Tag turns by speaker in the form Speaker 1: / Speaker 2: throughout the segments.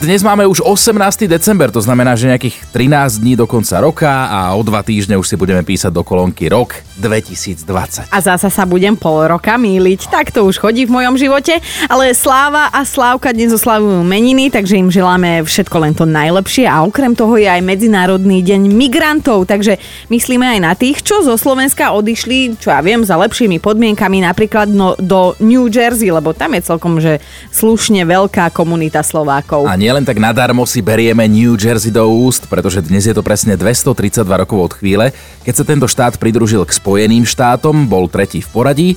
Speaker 1: Dnes máme už 18. december, to znamená, že nejakých 13 dní do konca roka a o dva týždne už si budeme písať do kolónky rok 2020.
Speaker 2: A zasa sa budem pol roka míliť. Tak to už chodí v mojom živote. Ale Sláva a Slávka dnes oslavujú meniny, takže im želáme všetko len to najlepšie. A okrem toho je aj Medzinárodný deň migrantov, takže myslíme aj na tých, čo zo Slovenska odišli, čo ja viem, za lepšími podmienkami, napríklad no, do New Jersey, lebo tam je celkom že slušne veľká komunita Slovákov.
Speaker 1: A nielen tak nadarmo si berieme New Jersey do úst, pretože dnes je to presne 232 rokov od chvíle, keď sa tento štát pridružil k Spojeným štátom, bol tretí v poradí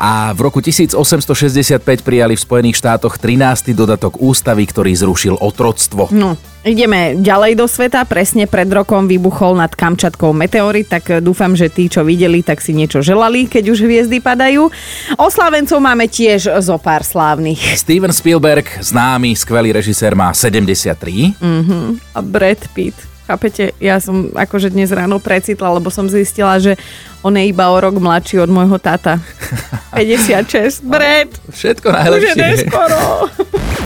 Speaker 1: a v roku 1865 prijali v Spojených štátoch 13. dodatok ústavy, ktorý zrušil otroctvo.
Speaker 2: No, ideme ďalej do sveta. Presne pred rokom vybuchol nad Kamčatkou meteorit, tak eh, dúfam, že tí, čo videli, tak si niečo želali, keď už hviezdy padajú. Oslavencov máme tiež zo pár slávnych.
Speaker 1: Steven Spielberg, známy, skvelý režisér, má 73.
Speaker 2: Mm. A Brad Pitt. Chápete, ja som akože dnes ráno precitla, lebo som zistila, že on je iba o rok mladší od môjho tata. 56. Brad,
Speaker 1: Všetko
Speaker 2: už je
Speaker 1: najlepšie.
Speaker 2: neskoro.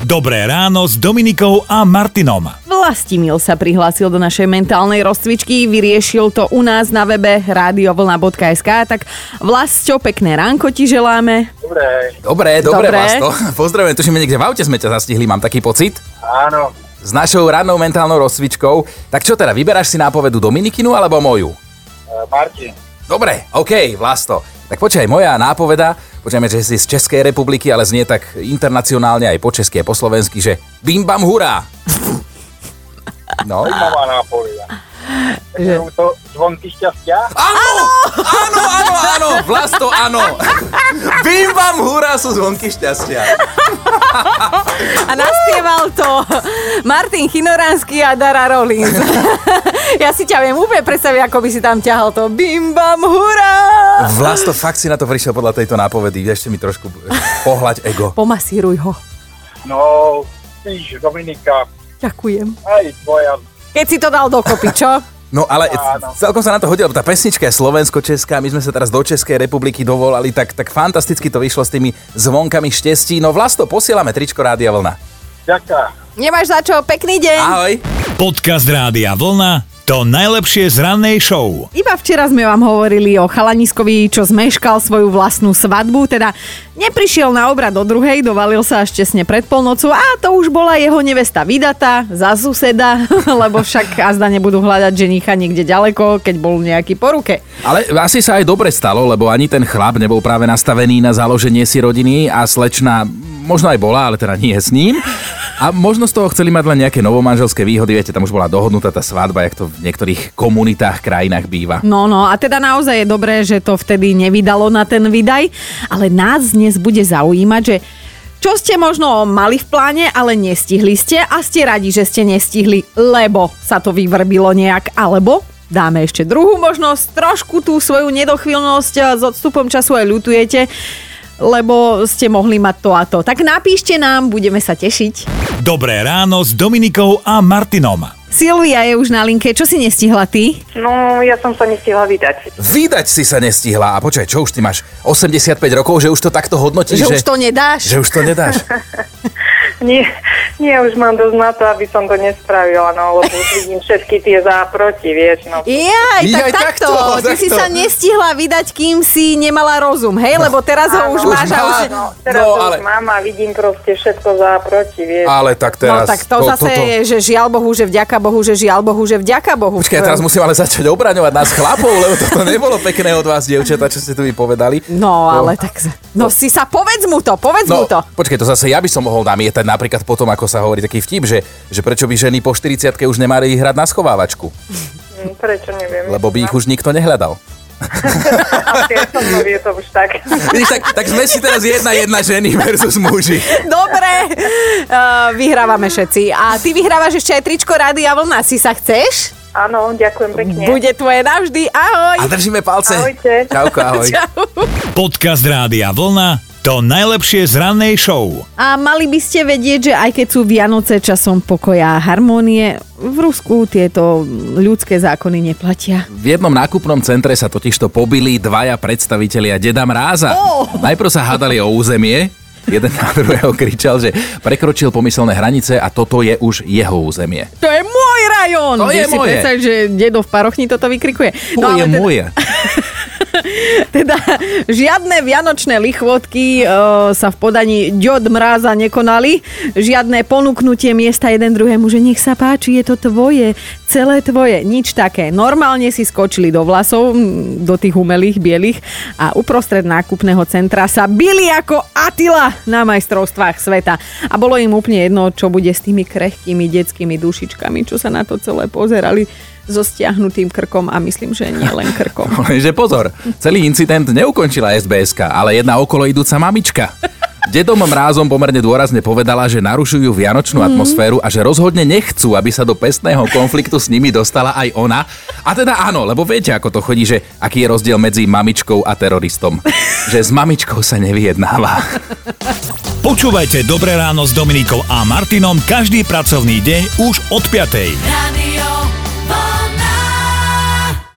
Speaker 3: Dobré ráno s Dominikou a Martinom.
Speaker 2: Vlastimil sa prihlásil do našej mentálnej rozcvičky, vyriešil to u nás na webe radiovlna.sk, tak Vlasto, pekné ránko ti želáme.
Speaker 4: Dobre,
Speaker 1: Dobre, dobre,
Speaker 2: Dobre.
Speaker 1: vás to. Pozdravujem, tuším, niekde v aute sme ťa zastihli, mám taký pocit.
Speaker 4: áno.
Speaker 1: S našou rannou mentálnou rozcvičkou. Tak čo teda, vyberáš si nápovedu Dominikinu alebo moju?
Speaker 4: E, Martin,
Speaker 1: Dobre, OK, Vlasto. Tak počkaj, moja nápoveda, počkajme, že si z Českej republiky, ale znie tak internacionálne aj po česky a po slovensky, že bim bam hurá. No.
Speaker 4: nová nápoveda.
Speaker 2: Že-
Speaker 4: Že... to zvonky šťastia?
Speaker 1: Áno, áno, áno, áno, Vlasto, áno. Bim bam hurá sú zvonky šťastia.
Speaker 2: A naspieval to Martin Chinoranský a Dara Rollins. ja si ťa viem úplne predstaviť, ako by si tam ťahal to bim bam hurá.
Speaker 1: Vlasto, fakt si na to prišiel podľa tejto nápovedy. Ešte mi trošku pohľať ego.
Speaker 2: Pomasíruj ho.
Speaker 4: No, víš, Dominika,
Speaker 2: Ďakujem.
Speaker 4: aj tvoja
Speaker 2: Keď si to dal dokopy, čo?
Speaker 1: No ale
Speaker 4: Áno.
Speaker 1: celkom sa na to hodilo, lebo tá pesnička je slovensko-česká, my sme sa teraz do Českej republiky dovolali, tak, tak fantasticky to vyšlo s tými zvonkami štestí. No vlasto, posielame tričko Rádia Vlna.
Speaker 4: ďaká.
Speaker 2: Nemáš za čo, pekný deň.
Speaker 1: Ahoj.
Speaker 3: Podcast Rádia Vlna. To najlepšie z rannej show.
Speaker 2: Iba včera sme vám hovorili o chalaniskovi, čo zmeškal svoju vlastnú svadbu, teda neprišiel na obrad do druhej, dovalil sa až tesne pred polnocou a to už bola jeho nevesta vydatá za suseda, lebo však azda nebudú hľadať ženicha niekde ďaleko, keď bol nejaký poruke.
Speaker 1: Ale asi sa aj dobre stalo, lebo ani ten chlap nebol práve nastavený na založenie si rodiny a slečna možno aj bola, ale teda nie s ním. A možno z toho chceli mať len nejaké novomanželské výhody, viete, tam už bola dohodnutá tá svadba, jak to v niektorých komunitách, krajinách býva.
Speaker 2: No, no, a teda naozaj je dobré, že to vtedy nevydalo na ten vydaj, ale nás dnes bude zaujímať, že čo ste možno mali v pláne, ale nestihli ste a ste radi, že ste nestihli, lebo sa to vyvrbilo nejak, alebo dáme ešte druhú možnosť, trošku tú svoju nedochvíľnosť a s odstupom času aj ľutujete, lebo ste mohli mať to a to. Tak napíšte nám, budeme sa tešiť.
Speaker 3: Dobré ráno s Dominikou a Martinom.
Speaker 2: Silvia je už na linke, čo si nestihla ty?
Speaker 5: No, ja som sa nestihla vydať.
Speaker 1: Vydať si sa nestihla. A počkaj, čo už ty máš 85 rokov, že už to takto hodnotíš?
Speaker 2: Že už to nedáš?
Speaker 1: že už to nedáš.
Speaker 5: Nie, nie, už mám dosť na to, aby som to nespravila, no, lebo už vidím všetky tie za a proti, vieš, no.
Speaker 2: Jaj, tak
Speaker 1: Jaj,
Speaker 2: takto.
Speaker 1: takto,
Speaker 2: Ty si
Speaker 1: takto.
Speaker 2: sa nestihla vydať, kým si nemala rozum, hej? Lebo teraz ho už
Speaker 5: Áno,
Speaker 2: máš a
Speaker 1: má.
Speaker 2: už...
Speaker 5: No, teraz
Speaker 1: No,
Speaker 5: no,
Speaker 1: ale-
Speaker 5: ale... už mám a vidím proste všetko za a proti, vieš.
Speaker 1: Ale tak
Speaker 2: No
Speaker 1: teraz...
Speaker 2: tak to, zase je, že žiaľ Bohu, že vďaka Bohu, že žiaľ Bohu, že vďaka Bohu.
Speaker 1: Počkaj, ja teraz musím ale začať obraňovať nás chlapov, lebo toto nebolo pekné od vás, dievčatá, čo ste tu vypovedali.
Speaker 2: No, ale tak... sa- No si sa, povedz mu to, povedz
Speaker 1: No,
Speaker 2: mu to.
Speaker 1: počkaj, to zase ja by som mohol namietať napríklad potom, ako sa hovorí taký vtip, že, že prečo by ženy po 40 už nemali hrať na schovávačku,
Speaker 5: Hm, Prečo neviem?
Speaker 1: lebo by ich už nikto nehľadal.
Speaker 5: Ale ja som to, je to už tak.
Speaker 1: Vidíš, tak, tak sme si teraz jedna jedna ženy versus muži.
Speaker 2: Dobre, uh, vyhrávame všetci. A ty vyhrávaš ešte aj tričko Rádia Vlna. Si sa chceš?
Speaker 5: Áno, ďakujem pekne.
Speaker 2: Bude tvoje navždy. Ahoj.
Speaker 1: A držíme palce.
Speaker 5: Ahojte.
Speaker 1: Čauko, ahoj.
Speaker 3: Podcast Rádia Vlna. To najlepšie z rannej show.
Speaker 2: A mali by ste vedieť, že aj keď sú Vianoce časom pokoja a harmónie, v Rusku tieto ľudské zákony neplatia.
Speaker 1: V jednom nákupnom centre sa totižto pobili dvaja predstavitelia Deda Mráza.
Speaker 2: Ó!
Speaker 1: Najprv sa hádali o územie, Jeden na druhého kričal, že prekročil pomyselné hranice a toto je už jeho územie.
Speaker 2: To je môj rajón!
Speaker 1: To je
Speaker 2: Vieš si
Speaker 1: moje.
Speaker 2: predstaviť, že dedo v parochni toto vykrikuje.
Speaker 1: To je
Speaker 2: teda,
Speaker 1: moje.
Speaker 2: teda žiadne vianočné lichvotky e, sa v podaní Ďod Mráza nekonali, žiadne ponúknutie miesta jeden druhému, že nech sa páči, je to tvoje, celé tvoje, nič také. Normálne si skočili do vlasov, mm, do tých umelých bielých a uprostred nákupného centra sa bili ako Atila na majstrovstvách sveta. A bolo im úplne jedno, čo bude s tými krehkými detskými dušičkami, čo sa na to celé pozerali so stiahnutým krkom a myslím, že nie len krkom.
Speaker 1: Lenže pozor, celý incident neukončila SBSK, ale jedna okolo idúca mamička. Dedom mrázom pomerne dôrazne povedala, že narušujú vianočnú atmosféru a že rozhodne nechcú, aby sa do pestného konfliktu s nimi dostala aj ona. A teda áno, lebo viete, ako to chodí, že aký je rozdiel medzi mamičkou a teroristom. Že s mamičkou sa nevyjednáva.
Speaker 3: Počúvajte Dobré ráno s Dominikou a Martinom každý pracovný deň už od 5.